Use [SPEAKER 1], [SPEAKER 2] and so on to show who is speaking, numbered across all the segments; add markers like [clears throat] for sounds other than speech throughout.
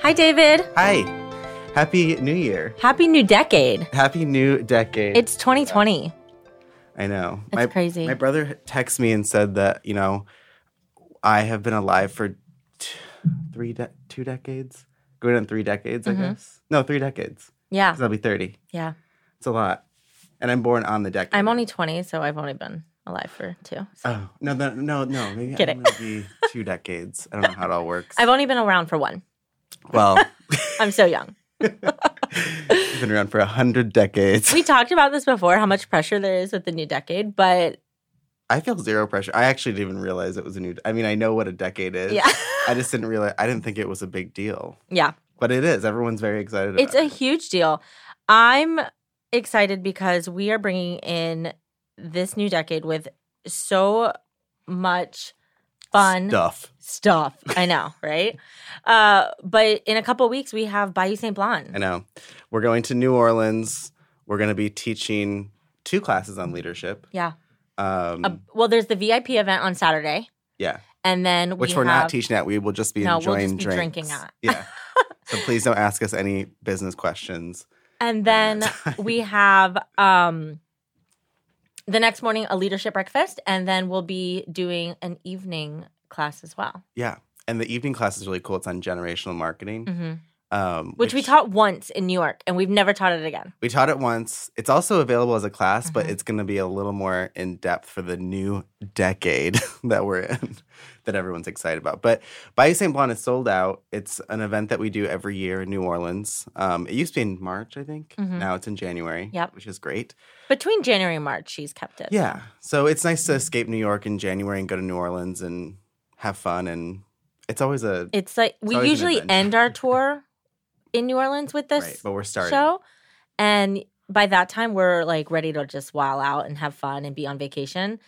[SPEAKER 1] Hi, David.
[SPEAKER 2] Hi. Happy New Year.
[SPEAKER 1] Happy new decade.
[SPEAKER 2] Happy new decade.
[SPEAKER 1] It's 2020.
[SPEAKER 2] I know.
[SPEAKER 1] That's crazy.
[SPEAKER 2] My brother texted me and said that, you know, I have been alive for t- three de- two decades. Going on three decades,
[SPEAKER 1] Mm-hmm.
[SPEAKER 2] I guess. No, three decades.
[SPEAKER 1] Yeah.
[SPEAKER 2] 'Cause I'll be 30.
[SPEAKER 1] Yeah.
[SPEAKER 2] It's a lot. And I'm born on the decade.
[SPEAKER 1] I'm only 20, so I've only been alive for two. So-
[SPEAKER 2] Oh, no, no, no, no. Maybe
[SPEAKER 1] Kidding.
[SPEAKER 2] I'm going to be two decades. I don't know how it
[SPEAKER 1] [laughs]
[SPEAKER 2] all works.
[SPEAKER 1] I've only been around for one.
[SPEAKER 2] well,
[SPEAKER 1] [laughs] I'm so young.
[SPEAKER 2] I've been around for a hundred decades.
[SPEAKER 1] We talked about this before how much pressure there is with the new decade, but
[SPEAKER 2] I feel zero pressure. I actually didn't even realize it was a new. I mean, I know what a decade is.
[SPEAKER 1] yeah. [laughs]
[SPEAKER 2] I just didn't realize. I didn't think it was a big deal,
[SPEAKER 1] yeah.
[SPEAKER 2] but it is. Everyone's very excited.
[SPEAKER 1] It's
[SPEAKER 2] about
[SPEAKER 1] a
[SPEAKER 2] it.
[SPEAKER 1] huge deal. I'm excited because we are bringing in this new decade with so much fun
[SPEAKER 2] stuff.
[SPEAKER 1] stuff. I know,
[SPEAKER 2] [laughs]
[SPEAKER 1] right? Uh, but in a couple weeks, we have Bayou Saint
[SPEAKER 2] I
[SPEAKER 1] Blonde.
[SPEAKER 2] know. We're going to New Orleans. We're going to be teaching two classes on leadership.
[SPEAKER 1] Yeah.
[SPEAKER 2] Um,
[SPEAKER 1] Uh, well, there's the VIP event on Saturday,
[SPEAKER 2] yeah,
[SPEAKER 1] and then
[SPEAKER 2] which
[SPEAKER 1] we
[SPEAKER 2] we are
[SPEAKER 1] have,
[SPEAKER 2] not teaching at. We will just be
[SPEAKER 1] No, we'll
[SPEAKER 2] enjoying
[SPEAKER 1] just be
[SPEAKER 2] drinks.
[SPEAKER 1] drinking at. [laughs]
[SPEAKER 2] yeah. So please don't ask us any business questions.
[SPEAKER 1] and
[SPEAKER 2] [laughs]
[SPEAKER 1] then we have um, the next morning a leadership breakfast, and then we'll be doing an evening class as well,
[SPEAKER 2] Yeah, and the evening class is really cool. It's on generational marketing,
[SPEAKER 1] hmm
[SPEAKER 2] um,
[SPEAKER 1] which we taught once in New York, and we've never taught it again.
[SPEAKER 2] We taught it once. It's also available as a class, but
[SPEAKER 1] Mhm.
[SPEAKER 2] it's going to be a little more in depth for the new decade [laughs] that we're in, that everyone's excited about. But Bayou Saint Blonde is sold out. It's an event that we do every year in New Orleans. Um, it used to be in March, I think.
[SPEAKER 1] Mhm.
[SPEAKER 2] Now it's in January,
[SPEAKER 1] Yep.
[SPEAKER 2] which is great.
[SPEAKER 1] Between January and March, she's kept it.
[SPEAKER 2] Yeah. So it's nice
[SPEAKER 1] Mm-hmm.
[SPEAKER 2] to escape New York in January and go to New Orleans and have fun. And it's always a
[SPEAKER 1] It's like we
[SPEAKER 2] always an
[SPEAKER 1] usually
[SPEAKER 2] event.
[SPEAKER 1] end
[SPEAKER 2] [laughs]
[SPEAKER 1] our tour in New Orleans with
[SPEAKER 2] right,
[SPEAKER 1] this
[SPEAKER 2] but we're starting.
[SPEAKER 1] show. And by that time, we're like ready to just wow out and have fun and be on vacation.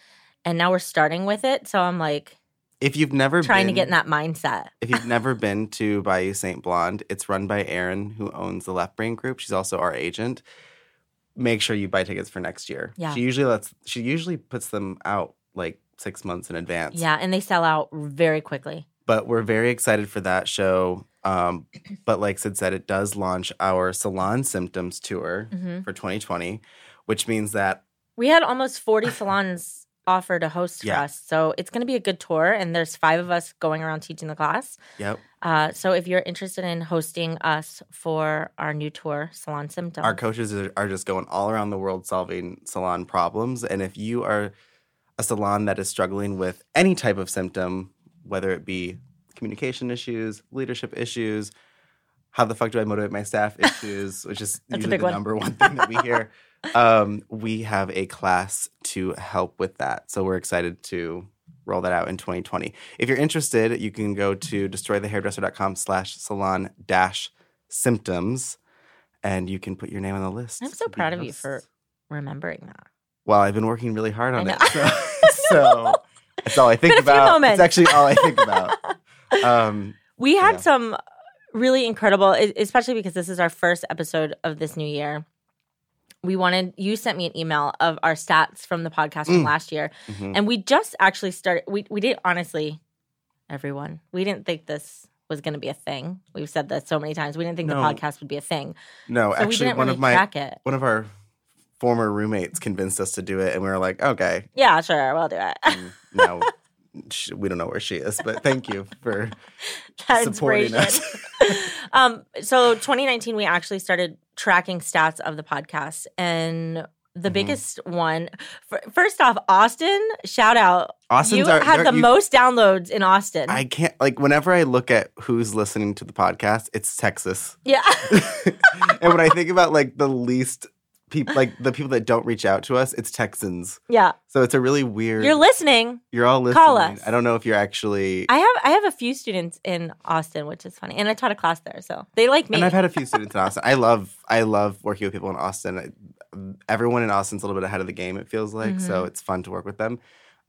[SPEAKER 1] And now we're starting with it. So I'm like
[SPEAKER 2] If you've never
[SPEAKER 1] trying to
[SPEAKER 2] been-
[SPEAKER 1] get in that mindset.
[SPEAKER 2] If you've never been to Bayou Saint Blonde, it's run by Erin, who owns the Left Brain Group. She's also our agent. Make sure you buy tickets for next year.
[SPEAKER 1] Yeah.
[SPEAKER 2] She usually lets. She usually puts them out like six months in advance.
[SPEAKER 1] Yeah. And they sell out very quickly.
[SPEAKER 2] But we're very excited for that show. Um, but like Sid said, it does launch our Salon Symptoms tour
[SPEAKER 1] hmm
[SPEAKER 2] for 2020, which means that
[SPEAKER 1] We had almost
[SPEAKER 2] [laughs]
[SPEAKER 1] 40 salons offer to host for
[SPEAKER 2] Yeah.
[SPEAKER 1] us. So it's going to be a good tour. And there's five of us going around teaching the class.
[SPEAKER 2] yep,
[SPEAKER 1] Uh, so if you're interested in hosting us for our new tour, Salon Symptoms,
[SPEAKER 2] our coaches are, are just going all around the world solving salon problems and if you are a salon that is struggling with any type of symptom whether it be communication issues leadership issues how the fuck do i motivate my
[SPEAKER 1] [laughs]
[SPEAKER 2] staff issues which is
[SPEAKER 1] That's a
[SPEAKER 2] usually
[SPEAKER 1] big
[SPEAKER 2] the
[SPEAKER 1] one.
[SPEAKER 2] number one thing that we
[SPEAKER 1] [laughs]
[SPEAKER 2] hear um, we have a class to help with that so we're excited to roll that out in 2020 if you're interested you can go to destroythehairdresser.com slash salon dash symptoms and you can put your name on the list.
[SPEAKER 1] I'm so
[SPEAKER 2] to be
[SPEAKER 1] proud of you
[SPEAKER 2] hosts.
[SPEAKER 1] for remembering that.
[SPEAKER 2] Well, I've been working really hard
[SPEAKER 1] I
[SPEAKER 2] on
[SPEAKER 1] know.
[SPEAKER 2] it.
[SPEAKER 1] [laughs]
[SPEAKER 2] So, so it's all I think
[SPEAKER 1] Been a few
[SPEAKER 2] about. It's
[SPEAKER 1] moments.
[SPEAKER 2] actually all I think about.
[SPEAKER 1] [laughs]
[SPEAKER 2] um,
[SPEAKER 1] We had
[SPEAKER 2] Yeah.
[SPEAKER 1] some uh, really incredible, e- especially because this is our first episode of this new year. We wanted you sent me an email of our stats from the podcast from
[SPEAKER 2] Mm.
[SPEAKER 1] last year,
[SPEAKER 2] mhm.
[SPEAKER 1] and we just actually started. We we did honestly, everyone. We didn't think this was going to be a thing. We've said that so many times. We didn't think
[SPEAKER 2] No.
[SPEAKER 1] the podcast would be a thing.
[SPEAKER 2] No,
[SPEAKER 1] So we
[SPEAKER 2] actually,
[SPEAKER 1] didn't
[SPEAKER 2] one
[SPEAKER 1] really
[SPEAKER 2] of my
[SPEAKER 1] track it.
[SPEAKER 2] one of our former roommates convinced us to do it, and we were like, okay.
[SPEAKER 1] Yeah, sure, we'll do it. [laughs]
[SPEAKER 2] And now sh we don't know where she is, but thank you for
[SPEAKER 1] that
[SPEAKER 2] supporting
[SPEAKER 1] inspiration. um, so 2019, we actually started tracking stats of the podcast, and the
[SPEAKER 2] Mhm.
[SPEAKER 1] biggest one, fir- first off, Austin, shout out.
[SPEAKER 2] Austin's
[SPEAKER 1] you
[SPEAKER 2] our,
[SPEAKER 1] had
[SPEAKER 2] they're-
[SPEAKER 1] the
[SPEAKER 2] you-
[SPEAKER 1] most downloads in Austin.
[SPEAKER 2] I can't like whenever I look at who's listening to the podcast, it's Texas. [laughs]
[SPEAKER 1] yeah, [laughs]
[SPEAKER 2] and when I think about like the least people, like the people that don't reach out to us, it's Texans.
[SPEAKER 1] yeah.
[SPEAKER 2] So it's a really weird.
[SPEAKER 1] You're listening.
[SPEAKER 2] you're all listening.
[SPEAKER 1] Call us.
[SPEAKER 2] I don't know if you're actually.
[SPEAKER 1] I have I have a few students in Austin, which is funny, and I taught a class there, so they like me.
[SPEAKER 2] and I've had a few students in Austin. I love, I love working with people in Austin. I- Everyone in Austin's a little bit ahead of the game. It feels like
[SPEAKER 1] Mm-hmm.
[SPEAKER 2] so. It's fun to work with them.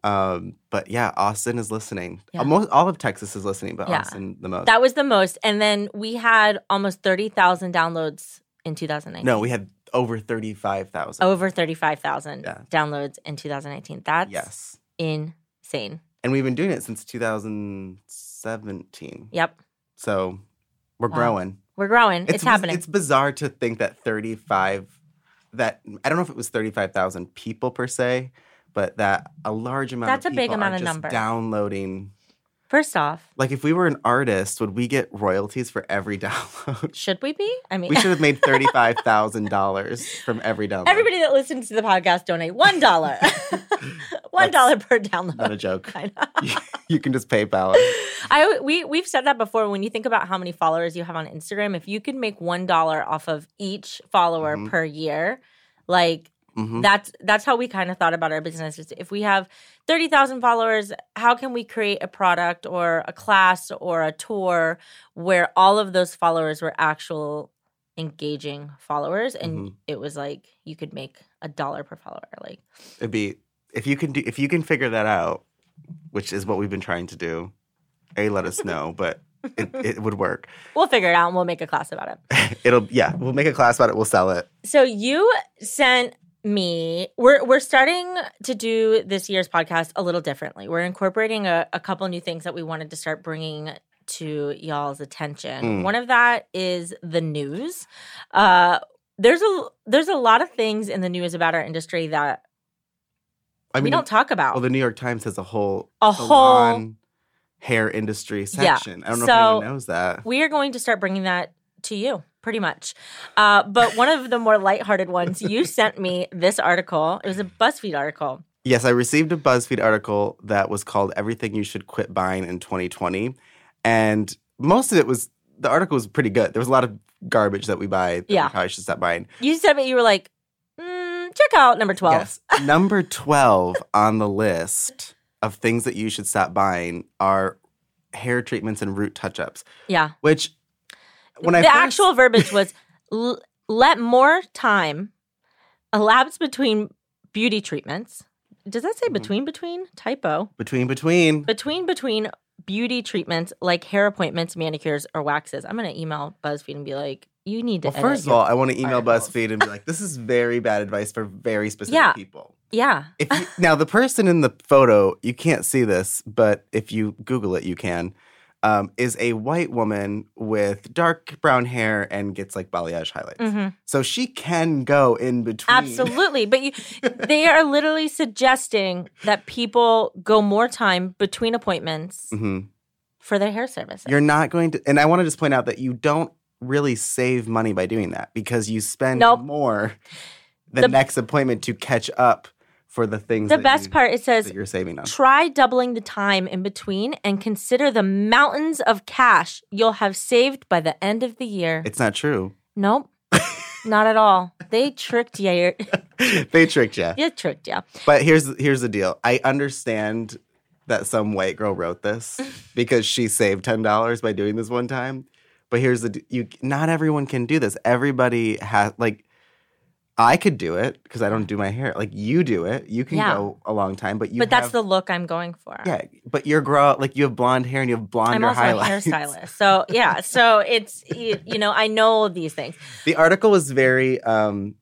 [SPEAKER 2] Um, but yeah, Austin is listening.
[SPEAKER 1] Yeah.
[SPEAKER 2] Most all of Texas is listening, but
[SPEAKER 1] Yeah.
[SPEAKER 2] Austin the most.
[SPEAKER 1] that was the most, and then we had almost thirty thousand downloads in 2019.
[SPEAKER 2] no, we had over thirty-five thousand.
[SPEAKER 1] over thirty-five thousand
[SPEAKER 2] Yeah.
[SPEAKER 1] downloads in 2019. That's
[SPEAKER 2] yes,
[SPEAKER 1] insane.
[SPEAKER 2] and we've been doing it since two thousand seventeen.
[SPEAKER 1] Yep.
[SPEAKER 2] So We're
[SPEAKER 1] Wow.
[SPEAKER 2] growing.
[SPEAKER 1] We're growing. It's,
[SPEAKER 2] biz-
[SPEAKER 1] happening.
[SPEAKER 2] It's bizarre to think that 35 that I don't know if it was 35,000 people per se, but that a large amount
[SPEAKER 1] That's a
[SPEAKER 2] of
[SPEAKER 1] big
[SPEAKER 2] people are
[SPEAKER 1] amount of
[SPEAKER 2] just
[SPEAKER 1] number.
[SPEAKER 2] downloading.
[SPEAKER 1] First off,
[SPEAKER 2] Like if we were an artist, would we get royalties for every [laughs] download?
[SPEAKER 1] should we be? I mean,
[SPEAKER 2] we should have made $35,000 from every
[SPEAKER 1] [laughs]
[SPEAKER 2] download.
[SPEAKER 1] everybody that listens to the podcast donate one
[SPEAKER 2] [laughs]
[SPEAKER 1] dollar, [laughs] one dollar per download.
[SPEAKER 2] not
[SPEAKER 1] [laughs]
[SPEAKER 2] a joke.
[SPEAKER 1] I know.
[SPEAKER 2] you can just PayPal. it.
[SPEAKER 1] I we we've said that before. When you think about how many followers you have on Instagram, if you could make one dollar off of each follower
[SPEAKER 2] Mhm.
[SPEAKER 1] per year, like
[SPEAKER 2] Mhm.
[SPEAKER 1] that's that's how we kind of thought about our business. Is if we have thirty thousand followers, how can we create a product or a class or a tour where all of those followers were actual engaging followers? And
[SPEAKER 2] Mhm.
[SPEAKER 1] it was like you could make a dollar per follower. Like
[SPEAKER 2] It'd be if you can do if you can figure that out, which is what we've been trying to do. A let
[SPEAKER 1] [laughs]
[SPEAKER 2] us know, but it, it would work.
[SPEAKER 1] we'll figure it out and we'll make a class about it.
[SPEAKER 2] It'll yeah, we'll make a class about it. We'll sell it.
[SPEAKER 1] So you sent me we're we're starting to do this year's podcast a little differently. We're incorporating a, a couple new things that we wanted to start bringing to y'all's attention.
[SPEAKER 2] Mm.
[SPEAKER 1] One of that is the news. Uh there's a there's a lot of things in the news about our industry that
[SPEAKER 2] I
[SPEAKER 1] we don't talk about.
[SPEAKER 2] Well, the New York Times has a whole
[SPEAKER 1] A
[SPEAKER 2] salon hair industry
[SPEAKER 1] Yeah.
[SPEAKER 2] section. I don't know
[SPEAKER 1] So-
[SPEAKER 2] if anyone knows that.
[SPEAKER 1] we are going to start bringing that to you pretty much uh, but one of the more lighthearted ones you sent me this article it was a buzzfeed article
[SPEAKER 2] Yes, I received a BuzzFeed article that was called "Everything You Should Quit Buying in 2020," and most of it was the article was pretty good. There was a lot of garbage that we buy that
[SPEAKER 1] Yeah.
[SPEAKER 2] we probably should stop buying.
[SPEAKER 1] you sent me you were like mm, check out number 12
[SPEAKER 2] Yes. Number 12 on the list of things that you should stop buying are hair treatments and root touch ups,
[SPEAKER 1] yeah
[SPEAKER 2] which when I
[SPEAKER 1] the
[SPEAKER 2] first-
[SPEAKER 1] actual verbiage was l- let more time elapse between beauty treatments. Does that say
[SPEAKER 2] Mhm.
[SPEAKER 1] between between typo?
[SPEAKER 2] between between
[SPEAKER 1] Between between beauty treatments like hair appointments, manicures, or waxes. I'm gonna email BuzzFeed and be like, you need to.
[SPEAKER 2] well, first of
[SPEAKER 1] edit
[SPEAKER 2] all,
[SPEAKER 1] your-
[SPEAKER 2] I want to email
[SPEAKER 1] articles.
[SPEAKER 2] BuzzFeed and be like, this is very bad advice for very specific
[SPEAKER 1] Yeah.
[SPEAKER 2] people.
[SPEAKER 1] yeah,
[SPEAKER 2] If you, [laughs] now the person in the photo, you can't see this, but if you Google it, you can. Um, is a white woman with dark brown hair and gets like balayage highlights,
[SPEAKER 1] Mhm.
[SPEAKER 2] so she can go in between.
[SPEAKER 1] absolutely.
[SPEAKER 2] [laughs]
[SPEAKER 1] But you, they are literally suggesting that people go more time between appointments
[SPEAKER 2] Mhm.
[SPEAKER 1] for their hair services.
[SPEAKER 2] You're not going to, and I want to just point out that you don't really save money by doing that because you spend
[SPEAKER 1] Nope.
[SPEAKER 2] more the,
[SPEAKER 1] The-
[SPEAKER 2] next appointment to catch up for the things.
[SPEAKER 1] the
[SPEAKER 2] that
[SPEAKER 1] best
[SPEAKER 2] you-
[SPEAKER 1] part it says
[SPEAKER 2] that you're saving on.
[SPEAKER 1] Try doubling the time in between and consider the mountains of cash you'll have saved by the end of the year.
[SPEAKER 2] It's not true. [laughs]
[SPEAKER 1] nope. not at all. They tricked you.
[SPEAKER 2] they tricked you.
[SPEAKER 1] [laughs] You tricked you.
[SPEAKER 2] But here's here's the deal. I understand that some white girl
[SPEAKER 1] [laughs]
[SPEAKER 2] wrote this because she saved ten dollars by doing this one time. But here's the d- you. Not everyone can do this. Everybody has like. I could do it because I don't do my hair. Like you do it, you can
[SPEAKER 1] Yeah.
[SPEAKER 2] go a long time, but you.
[SPEAKER 1] but that's
[SPEAKER 2] have-
[SPEAKER 1] the look I'm going for.
[SPEAKER 2] Yeah, but you're grow like you have blonde hair and you have blonde
[SPEAKER 1] I'm
[SPEAKER 2] or
[SPEAKER 1] also
[SPEAKER 2] highlights.
[SPEAKER 1] a hairstylist. So, yeah. So it's, you, you know, I know these
[SPEAKER 2] [laughs]
[SPEAKER 1] things.
[SPEAKER 2] [laughs] The article was very. um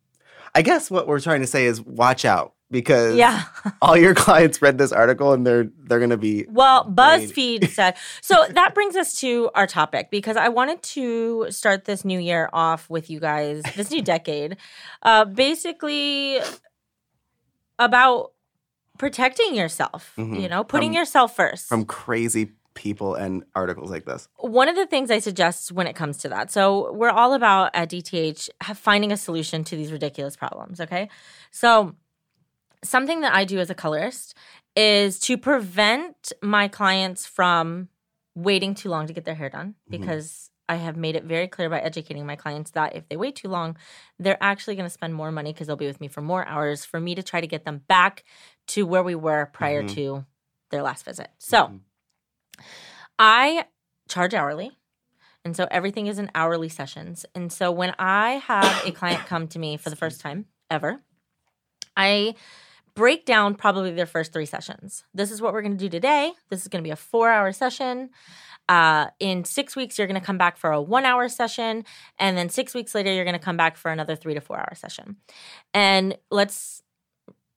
[SPEAKER 2] I guess what we're trying to say is watch out because
[SPEAKER 1] Yeah.
[SPEAKER 2] [laughs] all your clients read this article and they're they're gonna be
[SPEAKER 1] Well,
[SPEAKER 2] Right.
[SPEAKER 1] BuzzFeed said. So that brings us to our topic because I wanted to start this new year off with you guys, this new decade, uh, basically about protecting yourself,
[SPEAKER 2] Mhm.
[SPEAKER 1] you know, putting
[SPEAKER 2] From-
[SPEAKER 1] yourself first.
[SPEAKER 2] from crazy people and articles like this.
[SPEAKER 1] One of the things I suggest when it comes to that. So we're all about at DTH have- finding a solution to these ridiculous problems, okay? So something that I do as a colorist is to prevent my clients from waiting too long to get their hair done
[SPEAKER 2] Mhm.
[SPEAKER 1] because I have made it very clear by educating my clients that if they wait too long, they're actually going to spend more money because they'll be with me for more hours for me to try to get them back to where we were prior
[SPEAKER 2] Mhm.
[SPEAKER 1] to their last visit. So,
[SPEAKER 2] Mhm.
[SPEAKER 1] I charge hourly. And so everything is in hourly sessions. And so when I have a client come to me for the first time ever, I break down probably their first three sessions. This is what we're going to do today. This is going to be a four hour session. Uh, in six weeks, you're going to come back for a one hour session. And then six weeks later, you're going to come back for another three to four hour session. And let's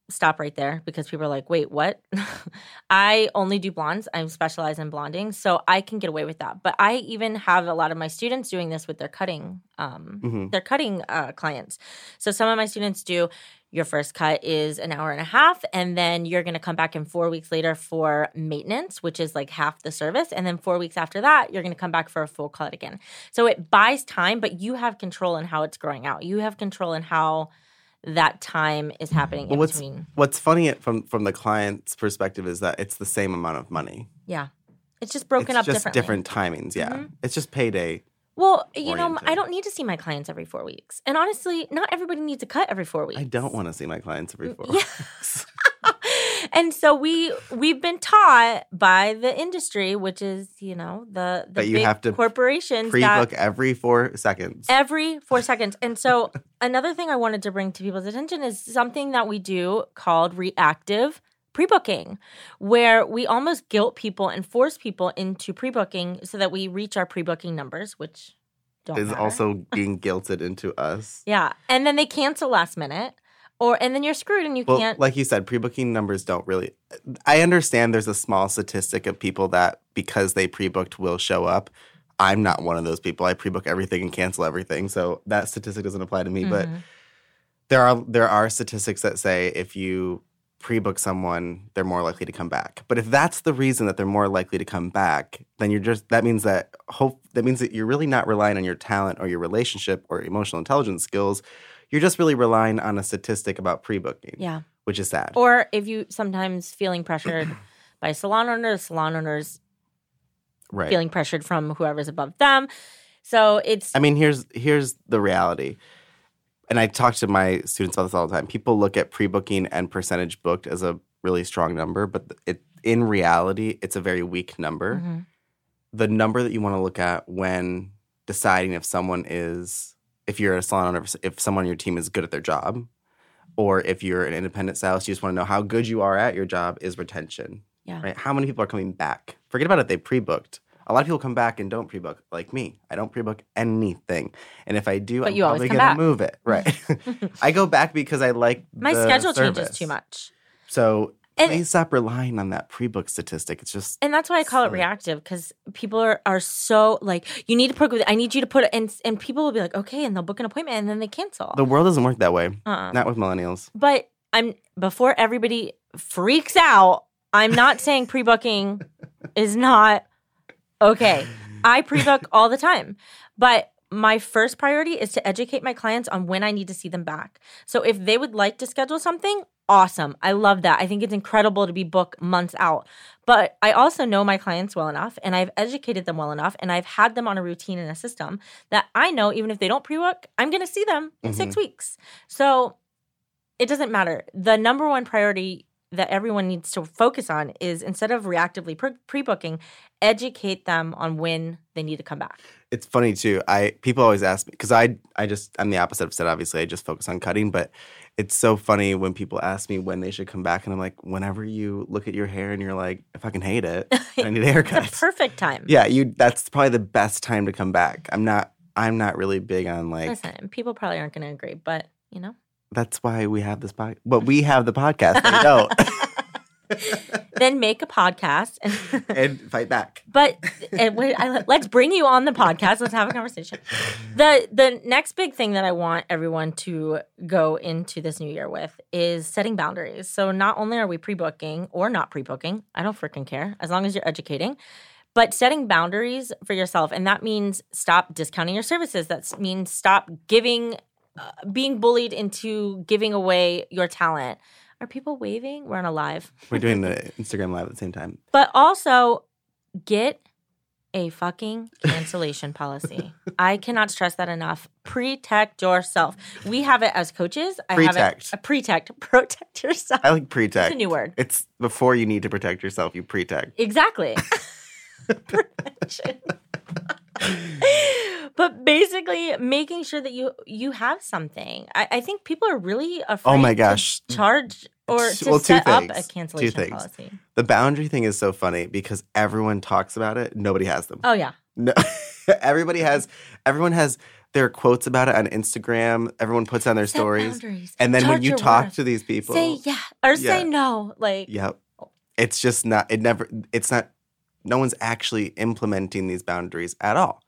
[SPEAKER 1] stop right there because people are like, wait, what? [laughs] I only do blondes. I specialize in blonding. So I can get away with that. But I even have a lot of my students doing this with their cutting, um,
[SPEAKER 2] Mhm.
[SPEAKER 1] their cutting uh, clients. So some of my students do your first cut is an hour and a half, and then you're gonna come back in four weeks later for maintenance, which is like half the service. And then four weeks after that, you're gonna come back for a full cut again. So it buys time, but you have control in how it's growing out. You have control in how that time is happening
[SPEAKER 2] Well,
[SPEAKER 1] in
[SPEAKER 2] what's-
[SPEAKER 1] between.
[SPEAKER 2] What's funny it- from from the client's perspective is that it's the same amount of money.
[SPEAKER 1] Yeah. It's just broken
[SPEAKER 2] it's
[SPEAKER 1] up
[SPEAKER 2] just
[SPEAKER 1] differently.
[SPEAKER 2] different timings. Yeah,
[SPEAKER 1] Mhm.
[SPEAKER 2] it's just payday.
[SPEAKER 1] Well, you know,
[SPEAKER 2] oriented.
[SPEAKER 1] I don't need to see my clients every four weeks. And honestly, not everybody needs a cut every four weeks.
[SPEAKER 2] I don't want to see my clients every four.
[SPEAKER 1] Yeah. [laughs] and so we we've been taught by the industry, which is, you know, the, the
[SPEAKER 2] That you
[SPEAKER 1] big
[SPEAKER 2] have to
[SPEAKER 1] corporations
[SPEAKER 2] Pre
[SPEAKER 1] that
[SPEAKER 2] book every four seconds.
[SPEAKER 1] every four seconds. And
[SPEAKER 2] [laughs]
[SPEAKER 1] so another thing I wanted to bring to people's attention is something that we do called reactive pre-booking where we almost guilt people and force people into pre-booking so that we reach our pre-booking numbers which don't
[SPEAKER 2] is
[SPEAKER 1] matter.
[SPEAKER 2] also being guilted into us.
[SPEAKER 1] Yeah, and then they cancel last minute, or and then you're screwed and you
[SPEAKER 2] Well,
[SPEAKER 1] can't.
[SPEAKER 2] like you said, pre-booking numbers don't really. I understand there's a small statistic of people that because they pre-booked will show up. I'm not one of those people. I pre-book everything and cancel everything, so that statistic doesn't apply to me. But
[SPEAKER 1] Mhm.
[SPEAKER 2] there are there are statistics that say if you pre-book someone, they're more likely to come back. But if that's the reason that they're more likely to come back, then you're just that means that hope that means that you're really not relying on your talent or your relationship or emotional intelligence skills. You're just really relying on a statistic about pre-booking,
[SPEAKER 1] yeah,
[SPEAKER 2] which is sad.
[SPEAKER 1] or if you sometimes feeling pressured by salon owners, salon owners
[SPEAKER 2] right.
[SPEAKER 1] feeling pressured from whoever's above them. So it's
[SPEAKER 2] I mean, here's here's the reality. And I talk to my students about this all the time. People look at pre-booking and percentage booked as a really strong number, but it in reality, it's a very weak number.
[SPEAKER 1] Mhm.
[SPEAKER 2] The number that you want to look at when deciding if someone is if you're a salon owner, if someone on your team is good at their job, or if you're an independent stylist, you just want to know how good you are at your job is retention.
[SPEAKER 1] Yeah.
[SPEAKER 2] Right? How many people are coming back? Forget about it, they pre-booked. A lot of people come back and don't pre-book, like me. I don't pre-book anything. And if I do,
[SPEAKER 1] But
[SPEAKER 2] I'm
[SPEAKER 1] you always
[SPEAKER 2] probably
[SPEAKER 1] come
[SPEAKER 2] gonna
[SPEAKER 1] back. [laughs]
[SPEAKER 2] move it. Right. [laughs] I go back because I like
[SPEAKER 1] my
[SPEAKER 2] the
[SPEAKER 1] schedule
[SPEAKER 2] service.
[SPEAKER 1] changes too much,
[SPEAKER 2] So
[SPEAKER 1] and
[SPEAKER 2] please stop relying on that pre-book statistic. It's just
[SPEAKER 1] and that's why I call it
[SPEAKER 2] Sorry.
[SPEAKER 1] reactive because people are are so like you need to book. with- I need you to put and and people will be like okay, and they'll book an appointment and then they cancel.
[SPEAKER 2] the world doesn't work that way.
[SPEAKER 1] uh-uh.
[SPEAKER 2] Not with millennials.
[SPEAKER 1] But I'm before everybody freaks out, I'm not saying pre-booking is not okay. I pre-book all the time. But my first priority is to educate my clients on when I need to see them back. So if they would like to schedule something, awesome. I love that. I think it's incredible to be booked months out. But I also know my clients well enough and I've educated them well enough and I've had them on a routine and a system that I know even if they don't pre-book, I'm going to see them in 6 weeks. So it doesn't matter. The number one priority that everyone needs to focus on is instead of reactively pre- pre-booking, educate them on when they need to come back. [laughs]
[SPEAKER 2] It's funny too. I people always ask me because I I just I'm the opposite of said. Obviously, I just focus on cutting, but it's so funny when people ask me when they should come back, and I'm like, whenever you look at your hair and you're like, I fucking
[SPEAKER 1] [laughs]
[SPEAKER 2] hate it. I need a haircut.
[SPEAKER 1] It's a perfect time.
[SPEAKER 2] yeah, you. That's probably the best time to come back. I'm not. I'm not really big on like.
[SPEAKER 1] Listen, people probably aren't going to agree, but you know,
[SPEAKER 2] That's why we have this podcast. But we have the
[SPEAKER 1] [laughs]
[SPEAKER 2] podcast. They don't.
[SPEAKER 1] then make a podcast. And
[SPEAKER 2] [laughs] and fight back.
[SPEAKER 1] but and wait, I, let's bring you on the podcast. Let's have a conversation. The the next big thing that I want everyone to go into this new year with is setting boundaries. So not only are we pre-booking or not pre-booking, I don't freaking care as long as you're educating, but setting boundaries for yourself and that means stop discounting your services. That s- means stop giving uh, being bullied into giving away your talent. Are people waving? We're on a live
[SPEAKER 2] We're doing the Instagram live at the same time.
[SPEAKER 1] but also get a fucking cancellation
[SPEAKER 2] [laughs]
[SPEAKER 1] policy. I cannot stress that enough. Protect yourself. We have it as coaches. I have it
[SPEAKER 2] Protect.
[SPEAKER 1] a protect, [laughs] protect yourself.
[SPEAKER 2] I like protect.
[SPEAKER 1] It's a new word.
[SPEAKER 2] It's before you need to protect yourself. You protect. [laughs]
[SPEAKER 1] Exactly. Prevention. but basically making sure that you you have something. I, I think people are really afraid
[SPEAKER 2] Oh my
[SPEAKER 1] to
[SPEAKER 2] gosh.
[SPEAKER 1] charge or
[SPEAKER 2] It's-
[SPEAKER 1] to
[SPEAKER 2] well, two
[SPEAKER 1] set up a
[SPEAKER 2] things. Two
[SPEAKER 1] cancellation
[SPEAKER 2] things.
[SPEAKER 1] policy.
[SPEAKER 2] The boundary thing is so funny because everyone talks about it. Nobody has them.
[SPEAKER 1] Oh yeah.
[SPEAKER 2] No, [laughs] everybody has. Everyone has their quotes about it on Instagram. Everyone puts on their
[SPEAKER 1] Set
[SPEAKER 2] stories.
[SPEAKER 1] boundaries.
[SPEAKER 2] And then when
[SPEAKER 1] Charge
[SPEAKER 2] you
[SPEAKER 1] your
[SPEAKER 2] talk
[SPEAKER 1] worth.
[SPEAKER 2] to these people,
[SPEAKER 1] Say yeah. or
[SPEAKER 2] Yeah.
[SPEAKER 1] say no. Like,
[SPEAKER 2] Yep. It's just not, it never, it's not, no one's actually implementing these boundaries at all,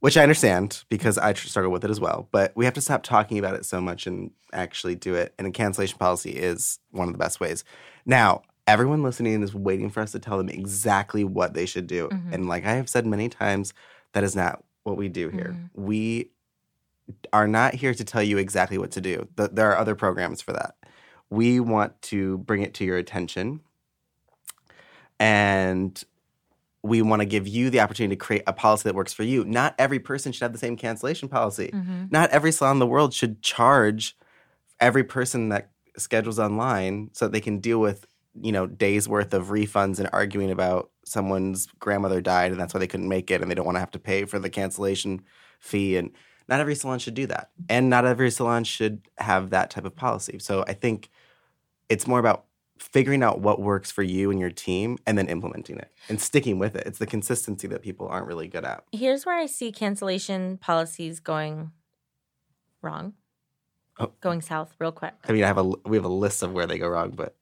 [SPEAKER 2] which I understand because I tr- struggle with it as well. But we have to stop talking about it so much and actually do it. And a cancellation policy is one of the best ways. Now, everyone listening is waiting for us to tell them exactly what they should do.
[SPEAKER 1] Mhm.
[SPEAKER 2] And like I have said many times, that is not what we do here.
[SPEAKER 1] Mhm.
[SPEAKER 2] We are not here to tell you exactly what to do. Th- There are other programs for that. We want to bring it to your attention and we want to give you the opportunity to create a policy that works for you. Not every person should have the same cancellation policy.
[SPEAKER 1] mhm.
[SPEAKER 2] Not every salon in the world should charge every person that schedules online so that they can deal with, you know, days worth of refunds and arguing about someone's grandmother died and that's why they couldn't make it and they don't want to have to pay for the cancellation fee and not every salon should do that. And not every salon should have that type of policy. So I think it's more about figuring out what works for you and your team and then implementing it and sticking with it. It's the consistency that people aren't really good at.
[SPEAKER 1] here's where I see cancellation policies going wrong,
[SPEAKER 2] Oh.
[SPEAKER 1] going south real quick.
[SPEAKER 2] I mean, I have a we have a list of where they go wrong, but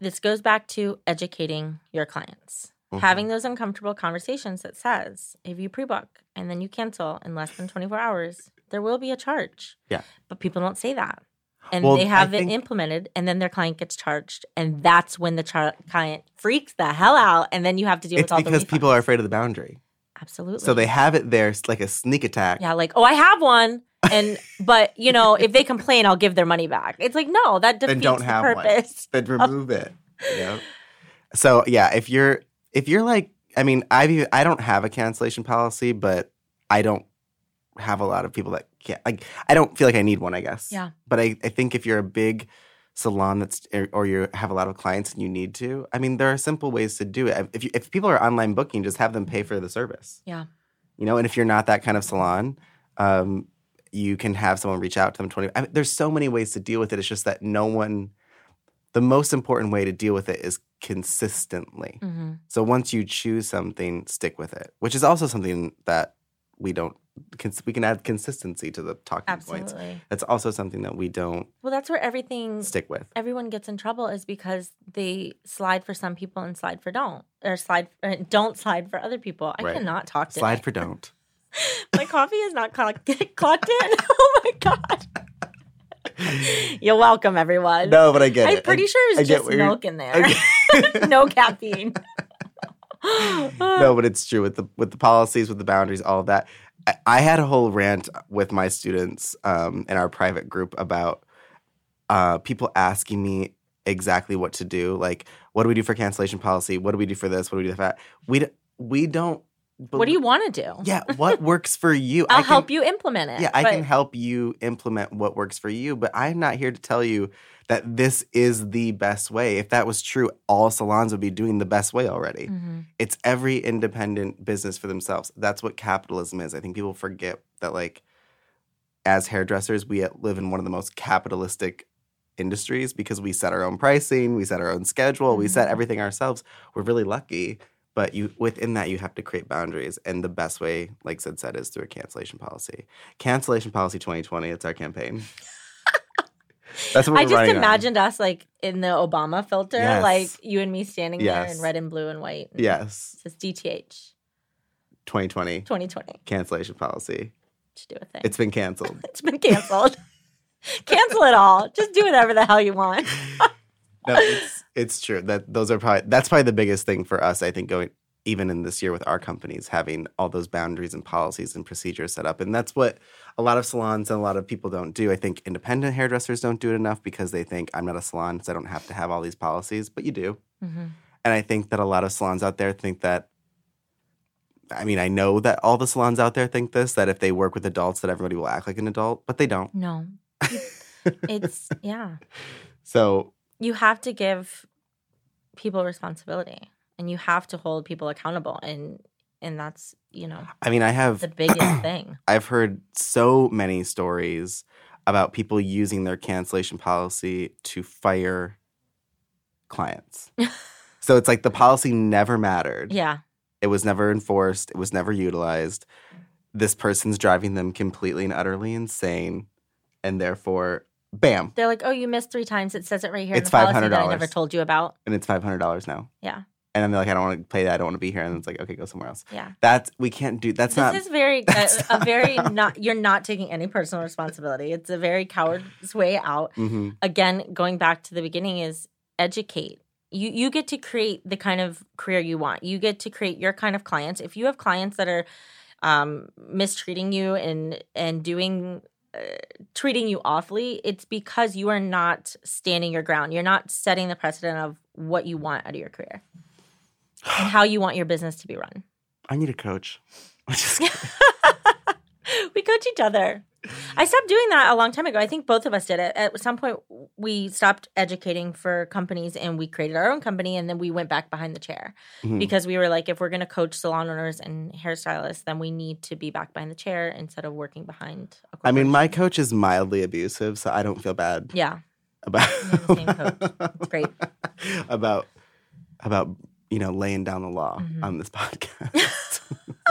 [SPEAKER 1] This goes back to educating your clients.
[SPEAKER 2] mm-hmm.
[SPEAKER 1] having those uncomfortable conversations that says if you pre-book and then you cancel in less than 24 hours there will be a charge
[SPEAKER 2] Yeah.
[SPEAKER 1] but people don't say that and
[SPEAKER 2] Well,
[SPEAKER 1] they have
[SPEAKER 2] I
[SPEAKER 1] it
[SPEAKER 2] think-
[SPEAKER 1] implemented and then their client gets charged and that's when the char- client freaks the hell out and then you have to deal
[SPEAKER 2] it's
[SPEAKER 1] with all
[SPEAKER 2] because
[SPEAKER 1] the
[SPEAKER 2] people are
[SPEAKER 1] refunds.
[SPEAKER 2] afraid of the boundary,
[SPEAKER 1] absolutely
[SPEAKER 2] so they have it there s- like a sneak attack.
[SPEAKER 1] yeah like oh i have one and but you know if they complain i'll give their money back it's like no that defeats
[SPEAKER 2] Then don't
[SPEAKER 1] the
[SPEAKER 2] have one.
[SPEAKER 1] purpose
[SPEAKER 2] Then remove it. You know? So yeah, if you're if you're like, I mean, I've even- I don't have a cancellation policy, but I don't have a lot of people that can't. Like, I don't feel like I need one. I guess.
[SPEAKER 1] Yeah.
[SPEAKER 2] But I I think if you're a big salon that's er, or you have a lot of clients and you need to, I mean, there are simple ways to do it. If you, if people are online booking, just have them pay for the service.
[SPEAKER 1] Yeah.
[SPEAKER 2] You know, and if you're not that kind of salon, um, you can have someone reach out to them. Twenty. I mean, there's so many ways to deal with it. It's just that no one. The most important way to deal with it is consistently.
[SPEAKER 1] hmm
[SPEAKER 2] So once you choose something, stick with it, which is also something that we don't. Cons- we can add consistency to the talking points.
[SPEAKER 1] absolutely Mm.
[SPEAKER 2] That's also something that we don't
[SPEAKER 1] well that's where everything
[SPEAKER 2] stick with.
[SPEAKER 1] everyone gets in trouble is because they slide for some people and slide for don't or slide uh, don't slide for other people. I
[SPEAKER 2] Right.
[SPEAKER 1] cannot talk to
[SPEAKER 2] Slide for don't.
[SPEAKER 1] [laughs] my coffee is not clocked [laughs] clocked in.
[SPEAKER 2] [laughs]
[SPEAKER 1] Oh my god! You're welcome, everyone.
[SPEAKER 2] No, but I get it.
[SPEAKER 1] I'm pretty sure
[SPEAKER 2] I
[SPEAKER 1] it's
[SPEAKER 2] get
[SPEAKER 1] just
[SPEAKER 2] what you're-
[SPEAKER 1] milk in there, [laughs]
[SPEAKER 2] Okay. [laughs]
[SPEAKER 1] no caffeine. [gasps]
[SPEAKER 2] no, but it's true with the with the policies, with the boundaries, all of that. I, I had a whole rant with my students um, in our private group about uh, people asking me exactly what to do. Like, what do we do for cancellation policy? What do we do for this? What do we do for that? We d- we don't.
[SPEAKER 1] what do you
[SPEAKER 2] believe-
[SPEAKER 1] want to do?
[SPEAKER 2] Yeah, what works for you?
[SPEAKER 1] I'll
[SPEAKER 2] I can-
[SPEAKER 1] help you implement it.
[SPEAKER 2] Yeah, I
[SPEAKER 1] but
[SPEAKER 2] can help you implement what works for you, but I'm not here to tell you that this is the best way. If that was true, all salons would be doing the best way already
[SPEAKER 1] Mhm.
[SPEAKER 2] it's every independent business for themselves. That's what capitalism is. I think people forget that, like, as hairdressers, we live in one of the most capitalistic industries because we set our own pricing, we set our own schedule, we set
[SPEAKER 1] Mhm.
[SPEAKER 2] everything ourselves. We're really lucky, but you within that you have to create boundaries, and the best way, like Sid said, is through a cancellation policy. Cancellation policy 2020. It's our
[SPEAKER 1] [laughs]
[SPEAKER 2] campaign. That's what we're
[SPEAKER 1] I just
[SPEAKER 2] running on.
[SPEAKER 1] imagined us like in the Obama filter,
[SPEAKER 2] Yes.
[SPEAKER 1] like you and me standing there
[SPEAKER 2] Yes.
[SPEAKER 1] in red and blue and white. and
[SPEAKER 2] Yes,
[SPEAKER 1] It says DTH
[SPEAKER 2] 2020
[SPEAKER 1] 2020
[SPEAKER 2] cancellation policy.
[SPEAKER 1] to do a thing.
[SPEAKER 2] It's been canceled.
[SPEAKER 1] it's been canceled. [laughs] Cancel it all. Just do whatever the hell you want.
[SPEAKER 2] no, it's it's true that those are probably that's probably the biggest thing for us. I think going even in this year with our companies having all those boundaries and policies and procedures set up, and that's what a lot of salons and a lot of people don't do. I think independent hairdressers don't do it enough because they think I'm not a salon, so I don't have to have all these policies. But you do,
[SPEAKER 1] Mm-hmm.
[SPEAKER 2] and I think that a lot of salons out there think that. I mean, I know that all the salons out there think this that if they work with adults, that everybody will act like an adult, but they don't.
[SPEAKER 1] No, it's yeah.
[SPEAKER 2] so
[SPEAKER 1] You have to give people responsibility, and you have to hold people accountable, and and that's you know
[SPEAKER 2] I mean, I have
[SPEAKER 1] the biggest
[SPEAKER 2] [clears throat]
[SPEAKER 1] thing.
[SPEAKER 2] I've heard so many stories about people using their cancellation policy to fire
[SPEAKER 1] [laughs]
[SPEAKER 2] clients. so it's like the policy never mattered.
[SPEAKER 1] Yeah,
[SPEAKER 2] It was never enforced, it was never utilized. This person's driving them completely and utterly insane. And therefore, Bam.
[SPEAKER 1] They're like, oh, you missed three times. It says it right here.
[SPEAKER 2] It's
[SPEAKER 1] in the policy that I
[SPEAKER 2] $500.
[SPEAKER 1] never told you about.
[SPEAKER 2] And it's $500 now.
[SPEAKER 1] Yeah.
[SPEAKER 2] And I'm like, I don't want to play that. I don't want to be here. And it's like, okay, go somewhere else.
[SPEAKER 1] Yeah.
[SPEAKER 2] That's, we can't do, that's
[SPEAKER 1] This
[SPEAKER 2] not,
[SPEAKER 1] is very a,
[SPEAKER 2] [laughs] that's
[SPEAKER 1] a
[SPEAKER 2] not
[SPEAKER 1] very
[SPEAKER 2] valid.
[SPEAKER 1] not you're not taking any personal responsibility. It's a very coward's way out.
[SPEAKER 2] hmm
[SPEAKER 1] Again, going back to the beginning is educate. You you get to create the kind of career you want. You get to create your kind of clients. If you have clients that are um, mistreating you and and doing uh, treating you awfully, it's because you are not standing your ground. You're not setting the precedent of what you want out of your career and how you want your business to be run.
[SPEAKER 2] I need a coach. [laughs] I'm just kidding.
[SPEAKER 1] we coach each other. I stopped doing that a long time ago. I think both of us did it. At some point, we stopped educating for companies and we created our own company. And then we went back behind the chair
[SPEAKER 2] Mhm.
[SPEAKER 1] because we were like, if we're going to coach salon owners and hairstylists, then we need to be back behind the chair instead of working behind a
[SPEAKER 2] I mean,
[SPEAKER 1] corporation.
[SPEAKER 2] my coach is mildly abusive, so I don't feel bad
[SPEAKER 1] yeah,
[SPEAKER 2] about
[SPEAKER 1] the [laughs] same coach. it's great.
[SPEAKER 2] [laughs] about about you know laying down the law
[SPEAKER 1] Mhm.
[SPEAKER 2] on this [laughs] podcast.
[SPEAKER 1] [laughs]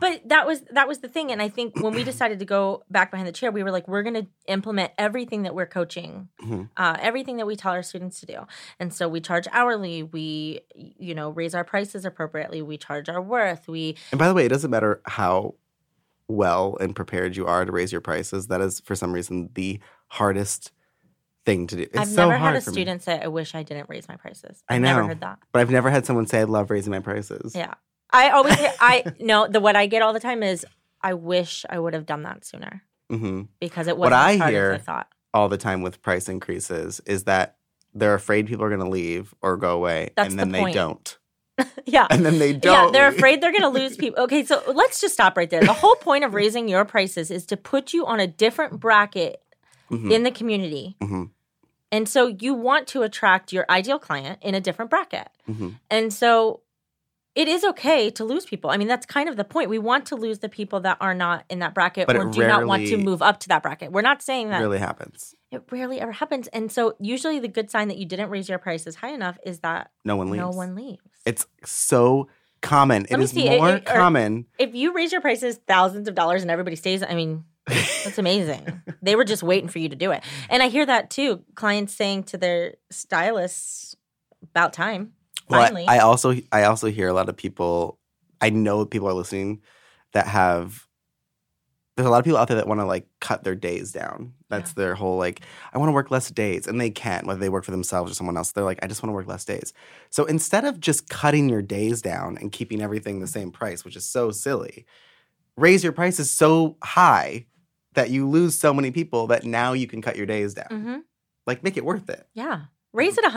[SPEAKER 1] But that was that was the thing, and I think when we decided to go back behind the chair, we were like, we're going to implement everything that we're coaching,
[SPEAKER 2] Mhm.
[SPEAKER 1] uh, everything that we tell our students to do, and so we charge hourly, we you know raise our prices appropriately, we charge our worth, we
[SPEAKER 2] and by the way, it doesn't matter how well and prepared you are to raise your prices. That is, for some reason, the hardest thing to do. It's
[SPEAKER 1] I've
[SPEAKER 2] so
[SPEAKER 1] never
[SPEAKER 2] hard
[SPEAKER 1] had a
[SPEAKER 2] for me.
[SPEAKER 1] student say, I wish I didn't raise my prices.
[SPEAKER 2] I
[SPEAKER 1] I've never
[SPEAKER 2] know.
[SPEAKER 1] heard that.
[SPEAKER 2] but I've never had someone say I love raising my prices.
[SPEAKER 1] Yeah. I always hear,
[SPEAKER 2] [laughs]
[SPEAKER 1] I no the what I get all the time is I wish I would have done that sooner
[SPEAKER 2] hmm
[SPEAKER 1] because it
[SPEAKER 2] What
[SPEAKER 1] wasn't
[SPEAKER 2] I
[SPEAKER 1] as hard
[SPEAKER 2] hear-
[SPEAKER 1] as I thought. [laughs]
[SPEAKER 2] All the time with price increases is that they're afraid people are going to leave or go away,
[SPEAKER 1] That's
[SPEAKER 2] and
[SPEAKER 1] the
[SPEAKER 2] then they
[SPEAKER 1] point.
[SPEAKER 2] don't,
[SPEAKER 1] Yeah.
[SPEAKER 2] and then they
[SPEAKER 1] Yeah,
[SPEAKER 2] don't.
[SPEAKER 1] they're afraid they're going to
[SPEAKER 2] [laughs]
[SPEAKER 1] lose people. Okay, so let's just stop right there. The whole point of raising your prices is to put you on a different bracket
[SPEAKER 2] Mhm.
[SPEAKER 1] in the community.
[SPEAKER 2] Mhm.
[SPEAKER 1] And so you want to attract your ideal client in a different bracket.
[SPEAKER 2] Mhm.
[SPEAKER 1] And so it is okay to lose people. I mean, that's kind of the point. We want to lose the people that are not in that bracket
[SPEAKER 2] But
[SPEAKER 1] or
[SPEAKER 2] it
[SPEAKER 1] do not want to
[SPEAKER 2] rarely-
[SPEAKER 1] move up to that bracket. We're not saying that
[SPEAKER 2] really happens.
[SPEAKER 1] it rarely ever happens. And so usually the good sign that you didn't raise your prices high enough is that
[SPEAKER 2] No one leaves.
[SPEAKER 1] no one leaves.
[SPEAKER 2] It's so common. It
[SPEAKER 1] me
[SPEAKER 2] is
[SPEAKER 1] see, it-
[SPEAKER 2] more
[SPEAKER 1] it- or-
[SPEAKER 2] common.
[SPEAKER 1] if you raise your prices thousands of dollars and everybody stays, I mean, that's
[SPEAKER 2] [laughs]
[SPEAKER 1] amazing. they were just waiting for you to do it. And I hear that too. Clients saying to their stylists, about time.
[SPEAKER 2] Well,
[SPEAKER 1] Finally.
[SPEAKER 2] I, I also I also hear a lot of people. I know people are listening that have. There's a lot of people out there that want to like cut their days down. That's their whole like. I want to work less days, and they can't whether they work for themselves or someone else. They're like, I just want to work less days. So instead of just cutting your days down and keeping everything the same price, which is so silly, raise your prices so high that you lose so many people that now you can cut your days down.
[SPEAKER 1] hmm
[SPEAKER 2] Like make it worth it.
[SPEAKER 1] Yeah. Raise it a $100. Uh,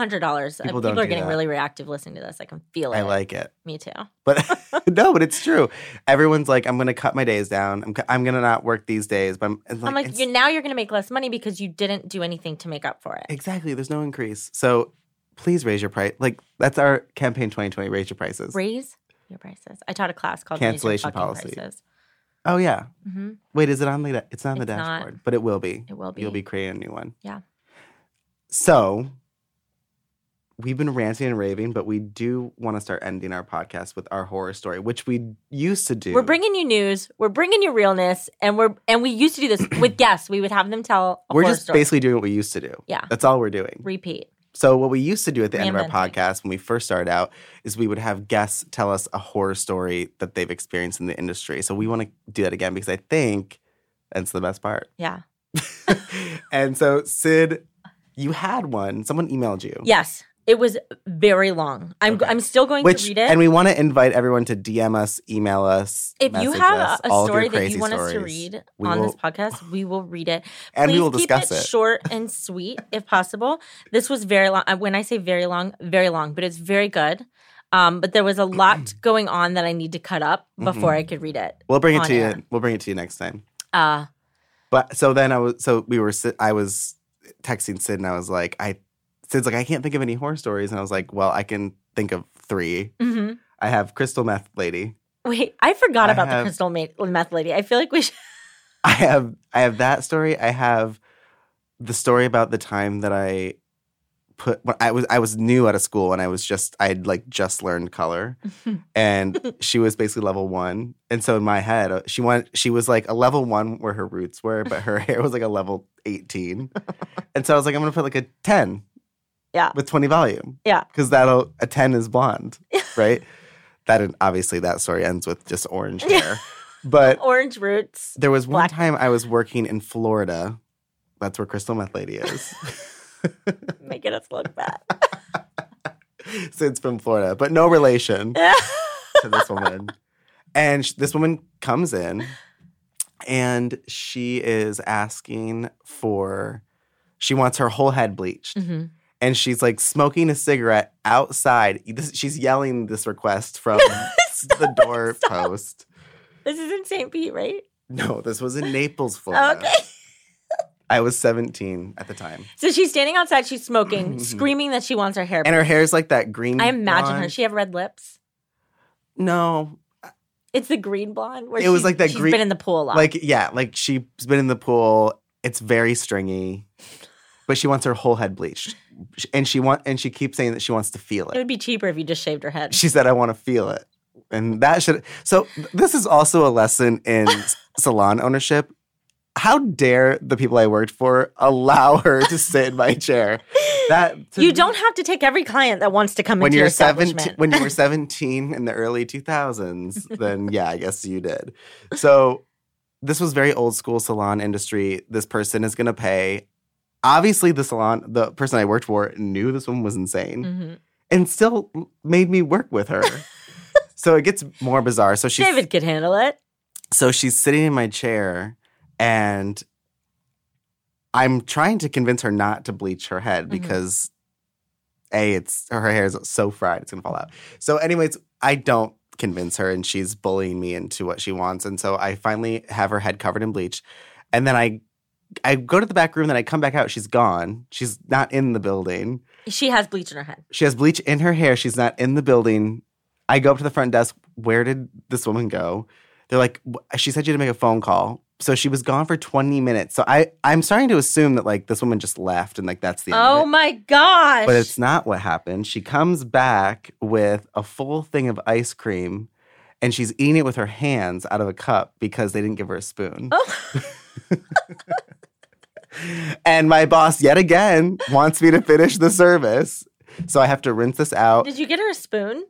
[SPEAKER 1] People,
[SPEAKER 2] People don't
[SPEAKER 1] are
[SPEAKER 2] do
[SPEAKER 1] getting
[SPEAKER 2] that.
[SPEAKER 1] really reactive listening to this. I can feel it.
[SPEAKER 2] I like it.
[SPEAKER 1] Me too.
[SPEAKER 2] But [laughs] no, but it's true. Everyone's like, I'm gonna cut my days down. I'm, cu- I'm gonna not work these days. But I'm, it's like,
[SPEAKER 1] I'm like,
[SPEAKER 2] it's-
[SPEAKER 1] you now you're going to make less money because you didn't do anything to make up for it.
[SPEAKER 2] exactly. There's no increase. So please raise your price. Like that's our campaign 2020. Raise your prices.
[SPEAKER 1] Raise your prices. I taught a class called Raise Your
[SPEAKER 2] Cancellation
[SPEAKER 1] Fucking
[SPEAKER 2] policy.
[SPEAKER 1] Prices.
[SPEAKER 2] oh yeah.
[SPEAKER 1] Mhm.
[SPEAKER 2] Wait, is it on the? da- It's not on the
[SPEAKER 1] It's not.
[SPEAKER 2] dashboard, but it will be.
[SPEAKER 1] It will be.
[SPEAKER 2] You'll be creating a new one.
[SPEAKER 1] Yeah.
[SPEAKER 2] So we've been ranting and raving, but we do want to start ending our podcast with our horror story, which we used to do.
[SPEAKER 1] We're bringing you news. We're bringing you realness, and we're and we used to do
[SPEAKER 2] [clears throat]
[SPEAKER 1] this with guests. We would have them tell. A
[SPEAKER 2] We're
[SPEAKER 1] horror
[SPEAKER 2] just
[SPEAKER 1] story.
[SPEAKER 2] basically doing what we used to do.
[SPEAKER 1] Yeah.
[SPEAKER 2] That's all we're doing.
[SPEAKER 1] repeat.
[SPEAKER 2] So what we used to do at the end of our
[SPEAKER 1] Reinventing.
[SPEAKER 2] podcast when we first started out is we would have guests tell us a horror story that they've experienced in the industry. So we want to do that again because I think that's the best part. [laughs]
[SPEAKER 1] Yeah.
[SPEAKER 2] and so Sid, you had one. Someone emailed you.
[SPEAKER 1] Yes. It was very long. I'm
[SPEAKER 2] Okay.
[SPEAKER 1] I'm still going
[SPEAKER 2] Which
[SPEAKER 1] to read it.
[SPEAKER 2] and we want to invite everyone to DM us, email us.
[SPEAKER 1] if you
[SPEAKER 2] message
[SPEAKER 1] have
[SPEAKER 2] us,
[SPEAKER 1] a,
[SPEAKER 2] all
[SPEAKER 1] a
[SPEAKER 2] of your
[SPEAKER 1] story that
[SPEAKER 2] crazy
[SPEAKER 1] you want us to
[SPEAKER 2] stories.
[SPEAKER 1] read
[SPEAKER 2] We
[SPEAKER 1] on this
[SPEAKER 2] will-
[SPEAKER 1] podcast, we will read it.
[SPEAKER 2] and
[SPEAKER 1] Please
[SPEAKER 2] we will
[SPEAKER 1] keep
[SPEAKER 2] discuss
[SPEAKER 1] it,
[SPEAKER 2] it.
[SPEAKER 1] short and sweet if possible. This was very long. uh, When I say very long, very long, but it's very good. Um, but there was a
[SPEAKER 2] [clears throat]
[SPEAKER 1] lot going on that I need to cut up
[SPEAKER 2] Mm-hmm.
[SPEAKER 1] before I could read it.
[SPEAKER 2] We'll bring it
[SPEAKER 1] on
[SPEAKER 2] to
[SPEAKER 1] air.
[SPEAKER 2] you. We'll bring it to you next time.
[SPEAKER 1] Uh,
[SPEAKER 2] But so then I was so we were sit- I was texting Sid and I was like I Sid's like I can't think of any horror stories and I was like well I can think of three.
[SPEAKER 1] mhm.
[SPEAKER 2] I have Crystal Meth Lady.
[SPEAKER 1] Wait, I forgot
[SPEAKER 2] I
[SPEAKER 1] about the
[SPEAKER 2] have-
[SPEAKER 1] crystal ma- meth lady. I feel like we should. [laughs]
[SPEAKER 2] I have I have that story. I have the story about the time that I put when I was I was new out of school and I was just I had like just learned
[SPEAKER 1] [laughs]
[SPEAKER 2] color and she was basically level 1 and so in my head uh, she went she was like a level 1 where her roots were but her [laughs] hair was like a level
[SPEAKER 1] [laughs]
[SPEAKER 2] 18 and so I was like I'm going to put like a 10
[SPEAKER 1] Yeah.
[SPEAKER 2] with 20 volume
[SPEAKER 1] Yeah.
[SPEAKER 2] cuz that'll a 10 is
[SPEAKER 1] [laughs]
[SPEAKER 2] blonde right that obviously that story ends with just orange
[SPEAKER 1] Yeah.
[SPEAKER 2] hair but
[SPEAKER 1] Orange roots.
[SPEAKER 2] there was one
[SPEAKER 1] Black.
[SPEAKER 2] time I
[SPEAKER 1] [laughs]
[SPEAKER 2] was working in Florida. That's where Crystal Meth Lady is. [laughs]
[SPEAKER 1] Making us look bad. [laughs]
[SPEAKER 2] so it's from Florida, but no relation
[SPEAKER 1] Yeah.
[SPEAKER 2] to this woman.
[SPEAKER 1] [laughs]
[SPEAKER 2] And sh- this woman comes in and she is asking for, she wants her whole head bleached.
[SPEAKER 1] hmm
[SPEAKER 2] And she's like smoking a cigarette outside. This, she's yelling this request from
[SPEAKER 1] [laughs]
[SPEAKER 2] the door post.
[SPEAKER 1] This is in St. Pete, right?
[SPEAKER 2] No, this was in Naples, Florida.
[SPEAKER 1] Okay.
[SPEAKER 2] I was 17 at the time.
[SPEAKER 1] So she's standing outside, she's smoking,
[SPEAKER 2] Mhm.
[SPEAKER 1] screaming that she wants her hair.
[SPEAKER 2] And her hair's like that green.
[SPEAKER 1] I imagine her.
[SPEAKER 2] blonde.
[SPEAKER 1] She have red lips.
[SPEAKER 2] No,
[SPEAKER 1] It's the green blonde where
[SPEAKER 2] It was
[SPEAKER 1] she's-
[SPEAKER 2] like that
[SPEAKER 1] she's
[SPEAKER 2] green-
[SPEAKER 1] been in the pool a lot.
[SPEAKER 2] like yeah, like she's been in the pool. It's very stringy, but she wants her whole head bleached, Sh- and she want and she keeps saying that she wants to feel
[SPEAKER 1] it
[SPEAKER 2] it.
[SPEAKER 1] would be cheaper if you just shaved her head.
[SPEAKER 2] She said, "I want to feel it," and that should. So th- this is also a lesson in s- salon ownership. How dare the people I worked for allow her to sit in my chair? That to
[SPEAKER 1] you
[SPEAKER 2] me-
[SPEAKER 1] don't have to take every client that wants to come
[SPEAKER 2] when
[SPEAKER 1] into
[SPEAKER 2] you're
[SPEAKER 1] your
[SPEAKER 2] 17
[SPEAKER 1] establishment. [laughs]
[SPEAKER 2] when you were 17 in the early 2000s then yeah i guess you did so this was very old school salon industry this person is going to pay obviously the salon the person i worked for knew this woman was insane
[SPEAKER 1] Mhm.
[SPEAKER 2] and still made me work with
[SPEAKER 1] [laughs]
[SPEAKER 2] her so it gets more bizarre so she's
[SPEAKER 1] David could handle it.
[SPEAKER 2] so she's sitting in my chair and I'm trying to convince her not to bleach her head
[SPEAKER 1] Mhm.
[SPEAKER 2] because A, it's her hair is so fried, it's gonna fall out. So, anyways, I don't convince her and she's bullying me into what she wants. And so I finally have her head covered in bleach. And then I I go to the back room, then I come back out. She's gone. She's not in the building.
[SPEAKER 1] She has bleach in her head.
[SPEAKER 2] She has bleach in her hair. She's not in the building. I go up to the front desk. Where did this woman go? They're like, "W- she said you had to make a phone call. So she was gone for 20 minutes. So I, I'm starting to assume that like this woman just left and like that's the end.
[SPEAKER 1] oh
[SPEAKER 2] of it.
[SPEAKER 1] my gosh.
[SPEAKER 2] But it's not what happened. She comes back with a full thing of ice cream and she's eating it with her hands out of a cup because they didn't give her a spoon.
[SPEAKER 1] oh.
[SPEAKER 2] And my boss, yet again, wants me to finish the service. So I have to rinse this out.
[SPEAKER 1] Did you get her a spoon?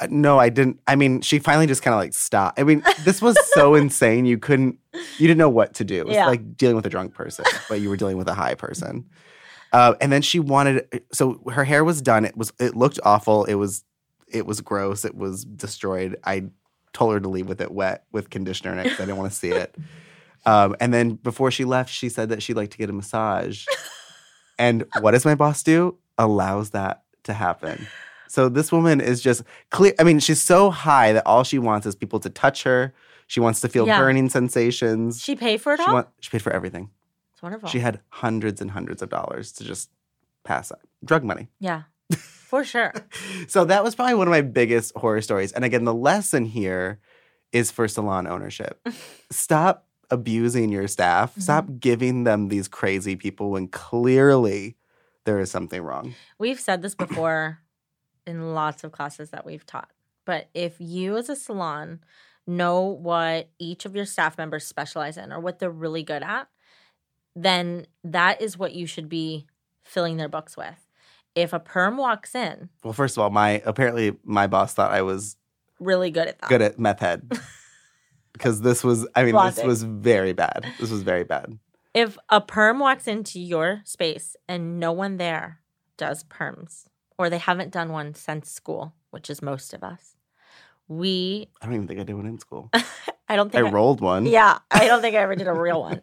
[SPEAKER 2] Uh, no, I didn't. I mean, she finally just kind of like stopped. I mean, this was so insane. You couldn't, you didn't know what to do. It was
[SPEAKER 1] Yeah.
[SPEAKER 2] like dealing with a drunk person, but you were dealing with a high person. Uh, and then she wanted, so her hair was done. It was, it looked awful. It was, it was gross. It was destroyed. I told her to leave with it wet with conditioner in it 'cause I didn't want to see it. Um, and then before she left, she said that she'd like to get a massage. and what does my boss do? Allows that to happen. So this woman is just clear. I mean, she's so high that all she wants is people to touch her. She wants to feel
[SPEAKER 1] Yeah.
[SPEAKER 2] burning sensations.
[SPEAKER 1] She paid for it
[SPEAKER 2] She,
[SPEAKER 1] all?
[SPEAKER 2] want, she paid for everything.
[SPEAKER 1] it's wonderful.
[SPEAKER 2] She had hundreds and hundreds of dollars to just pass out. Drug money.
[SPEAKER 1] yeah. For sure.
[SPEAKER 2] [laughs] So that was probably one of my biggest horror stories. And again, the lesson here is for salon
[SPEAKER 1] [laughs]
[SPEAKER 2] ownership. Stop abusing your staff. Stop
[SPEAKER 1] Mm-hmm.
[SPEAKER 2] giving them these crazy people when clearly there is something wrong.
[SPEAKER 1] We've said this before in lots of classes that we've taught, but if you as a salon know what each of your staff members specialize in or what they're really good at, then that is what you should be filling their books with. If a perm walks in
[SPEAKER 2] Well, first of all, my apparently my boss thought I was
[SPEAKER 1] really good at that,
[SPEAKER 2] good at
[SPEAKER 1] [laughs]
[SPEAKER 2] meth head. Because this was, I mean, this
[SPEAKER 1] Blonding.
[SPEAKER 2] was very bad. This was very bad.
[SPEAKER 1] if a perm walks into your space and no one there does perms or they haven't done one since school, which is most of us, we,
[SPEAKER 2] I don't even think I did one in
[SPEAKER 1] [laughs]
[SPEAKER 2] school.
[SPEAKER 1] I don't
[SPEAKER 2] I
[SPEAKER 1] think I-
[SPEAKER 2] rolled one.
[SPEAKER 1] Yeah, I don't think I ever did a real
[SPEAKER 2] [laughs]
[SPEAKER 1] one.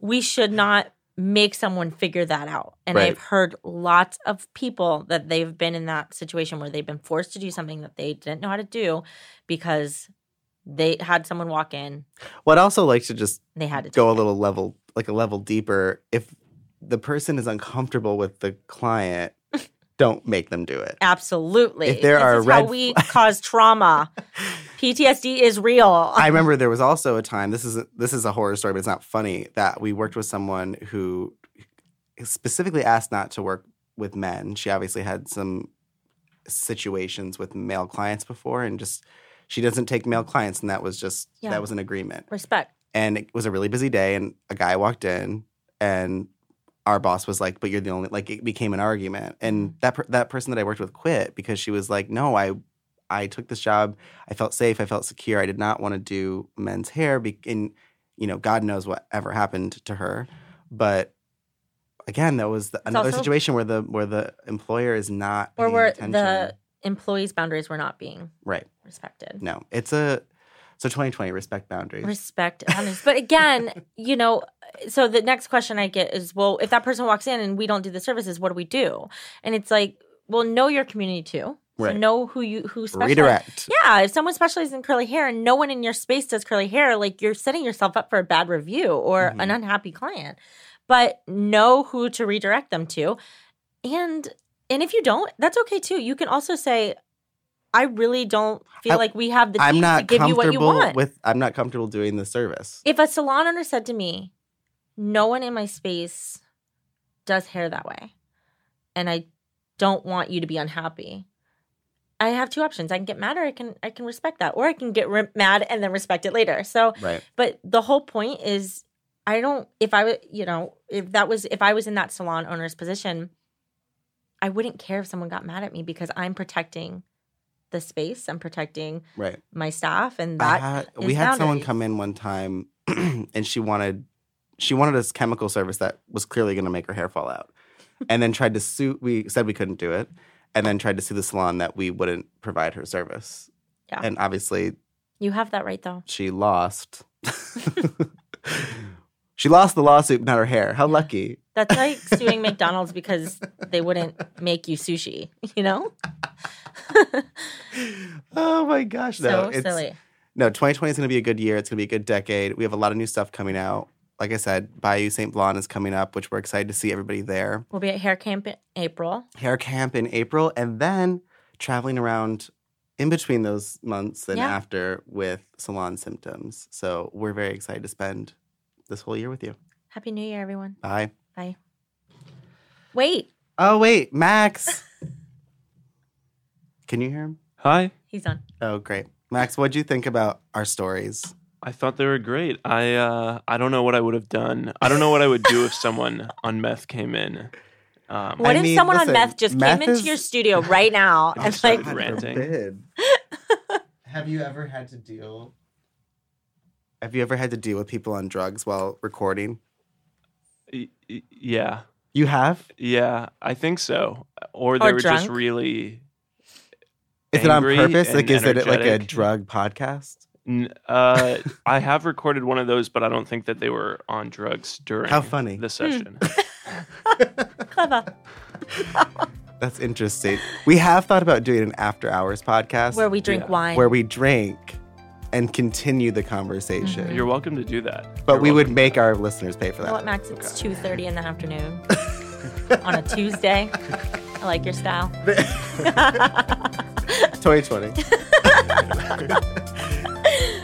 [SPEAKER 1] We should not make someone figure that out. And
[SPEAKER 2] Right.
[SPEAKER 1] I've heard lots of people that they've been in that situation where they've been forced to do something that they didn't know how to do because they had someone walk in,
[SPEAKER 2] What I'd also like to just
[SPEAKER 1] they had to
[SPEAKER 2] go a
[SPEAKER 1] take it.
[SPEAKER 2] little level like a level deeper if the person is uncomfortable with the
[SPEAKER 1] [laughs]
[SPEAKER 2] client don't make them do it
[SPEAKER 1] Absolutely.
[SPEAKER 2] If there
[SPEAKER 1] this
[SPEAKER 2] are
[SPEAKER 1] is
[SPEAKER 2] red
[SPEAKER 1] how we cause trauma.
[SPEAKER 2] [laughs]
[SPEAKER 1] PTSD is real.
[SPEAKER 2] i remember there was also a time this is this is a horror story but it's not funny that we worked with someone who specifically asked not to work with men. She obviously had some situations with male clients before and just she doesn't take male clients and that was just
[SPEAKER 1] Yeah.
[SPEAKER 2] that was an agreement.
[SPEAKER 1] Respect.
[SPEAKER 2] And it was a really busy day and a guy walked in and our boss was like, "But you're the only like it became an argument."
[SPEAKER 1] Mm-hmm.
[SPEAKER 2] And that per- that person that I worked with quit because she was like, "No, I I took this job. I felt safe. I felt secure. I did not want to do men's hair. Be- and you know, God knows whatever happened to her. But again, that was the, another
[SPEAKER 1] also-
[SPEAKER 2] situation where the where the employer is not
[SPEAKER 1] Or
[SPEAKER 2] paying
[SPEAKER 1] where
[SPEAKER 2] attention.
[SPEAKER 1] the employees' boundaries were not being
[SPEAKER 2] right.
[SPEAKER 1] respected.
[SPEAKER 2] No, it's a so 2020 respect boundaries.
[SPEAKER 1] Respect boundaries. But again, you know, so the next question I get is, well, if that person walks in and we don't do the services, what do we do? And it's like, well, know your community too.
[SPEAKER 2] Right.
[SPEAKER 1] So know who you who specializes.
[SPEAKER 2] Redirect.
[SPEAKER 1] Yeah, if someone specializes in curly hair and no one in your space does curly hair, like you're setting yourself up for a bad review or
[SPEAKER 2] Mhm.
[SPEAKER 1] an unhappy client. But know who to redirect them to. And and if you don't, that's okay too. You can also say I really don't feel
[SPEAKER 2] I-
[SPEAKER 1] like we have the
[SPEAKER 2] I'm
[SPEAKER 1] team
[SPEAKER 2] not
[SPEAKER 1] to give you what you
[SPEAKER 2] comfortable
[SPEAKER 1] want.
[SPEAKER 2] with. I'm not comfortable doing the service.
[SPEAKER 1] if a salon owner said to me, "No one in my space does hair that way," and I don't want you to be unhappy, I have two options. I can get mad, or I can I can respect that, or I can get re- mad and then respect it later. So,
[SPEAKER 2] Right.
[SPEAKER 1] but the whole point is, I don't. If I, wa- you know, if that was if I was in that salon owner's position, I wouldn't care if someone got mad at me because I'm protecting the space. I'm protecting
[SPEAKER 2] Right.
[SPEAKER 1] my staff, and
[SPEAKER 2] I
[SPEAKER 1] that
[SPEAKER 2] had-
[SPEAKER 1] is
[SPEAKER 2] we had someone
[SPEAKER 1] boundaries.
[SPEAKER 2] come in one time [clears throat] and she wanted she wanted this chemical service that was clearly going to make her hair fall
[SPEAKER 1] [laughs]
[SPEAKER 2] out and then tried to sue we said we couldn't do it and then tried to sue the salon that we wouldn't provide her service
[SPEAKER 1] Yeah.
[SPEAKER 2] and obviously
[SPEAKER 1] you have that right though.
[SPEAKER 2] she lost [laughs] she lost the lawsuit not her hair how lucky
[SPEAKER 1] That's like suing McDonald's because they wouldn't make you sushi, you know?
[SPEAKER 2] oh my gosh no
[SPEAKER 1] so
[SPEAKER 2] it's
[SPEAKER 1] silly.
[SPEAKER 2] No, 2020 is going to be a good year. It's going to be a good decade. We have a lot of new stuff coming out. Like I said, Bayou St. Blonde is coming up, which we're excited to see everybody there.
[SPEAKER 1] We'll be at hair camp in April.
[SPEAKER 2] Hair camp in April, and then traveling around in between those months and
[SPEAKER 1] Yeah.
[SPEAKER 2] after with salon symptoms. So we're very excited to spend this whole year with you.
[SPEAKER 1] Happy New Year, everyone.
[SPEAKER 2] Bye.
[SPEAKER 1] Wait,
[SPEAKER 2] Oh, wait, Max. Can you hear him?
[SPEAKER 3] Hi.
[SPEAKER 1] he's on.
[SPEAKER 2] Oh, great. Max, what'd you think about our stories?
[SPEAKER 3] I thought they were great. I uh, I don't know what I would have done. I don't know what I would do if someone [laughs] on meth came in. Um,
[SPEAKER 1] What
[SPEAKER 2] I
[SPEAKER 1] if
[SPEAKER 2] mean,
[SPEAKER 1] someone
[SPEAKER 2] listen,
[SPEAKER 1] on meth just came
[SPEAKER 2] meth
[SPEAKER 1] into
[SPEAKER 2] is-
[SPEAKER 1] your studio right
[SPEAKER 2] [laughs]
[SPEAKER 1] now
[SPEAKER 3] I'm
[SPEAKER 1] and
[SPEAKER 3] sorry,
[SPEAKER 1] like,
[SPEAKER 3] God ranting.
[SPEAKER 2] forbid. [laughs] have you ever had to deal? Have you ever had to deal with people on drugs while recording?
[SPEAKER 3] y- y- yeah,
[SPEAKER 2] You have.
[SPEAKER 3] yeah, I think so. Or they
[SPEAKER 1] Or
[SPEAKER 3] were just
[SPEAKER 1] drunk.
[SPEAKER 3] really.
[SPEAKER 2] Is it on
[SPEAKER 3] angry
[SPEAKER 2] purpose?
[SPEAKER 3] and
[SPEAKER 2] Like, is it like a
[SPEAKER 3] energetic.
[SPEAKER 2] drug podcast?
[SPEAKER 3] N- uh, I have recorded one of those, but I don't think that they were on drugs during
[SPEAKER 2] How funny.
[SPEAKER 3] the session.
[SPEAKER 1] Hmm. clever,
[SPEAKER 2] That's interesting. We have thought about doing an after-hours podcast
[SPEAKER 1] where we drink
[SPEAKER 3] Yeah.
[SPEAKER 1] wine.
[SPEAKER 2] where we drink and continue the conversation,
[SPEAKER 3] You're welcome to do that.
[SPEAKER 2] but
[SPEAKER 3] Mm-hmm. You're
[SPEAKER 2] we would
[SPEAKER 3] welcome.
[SPEAKER 2] make our listeners pay for
[SPEAKER 1] you know what, Max?
[SPEAKER 2] that.
[SPEAKER 1] It's 2.30 in the afternoon
[SPEAKER 2] [laughs]
[SPEAKER 1] on a Tuesday. I like your style.
[SPEAKER 2] [laughs] 2020. [laughs]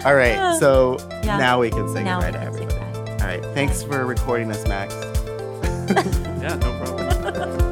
[SPEAKER 2] All right, so
[SPEAKER 1] Yeah.
[SPEAKER 2] now we can say
[SPEAKER 1] Now
[SPEAKER 2] goodbye
[SPEAKER 1] we
[SPEAKER 2] to
[SPEAKER 1] can say
[SPEAKER 2] everybody. All right, thanks for recording us, Max.
[SPEAKER 3] Yeah, no problem.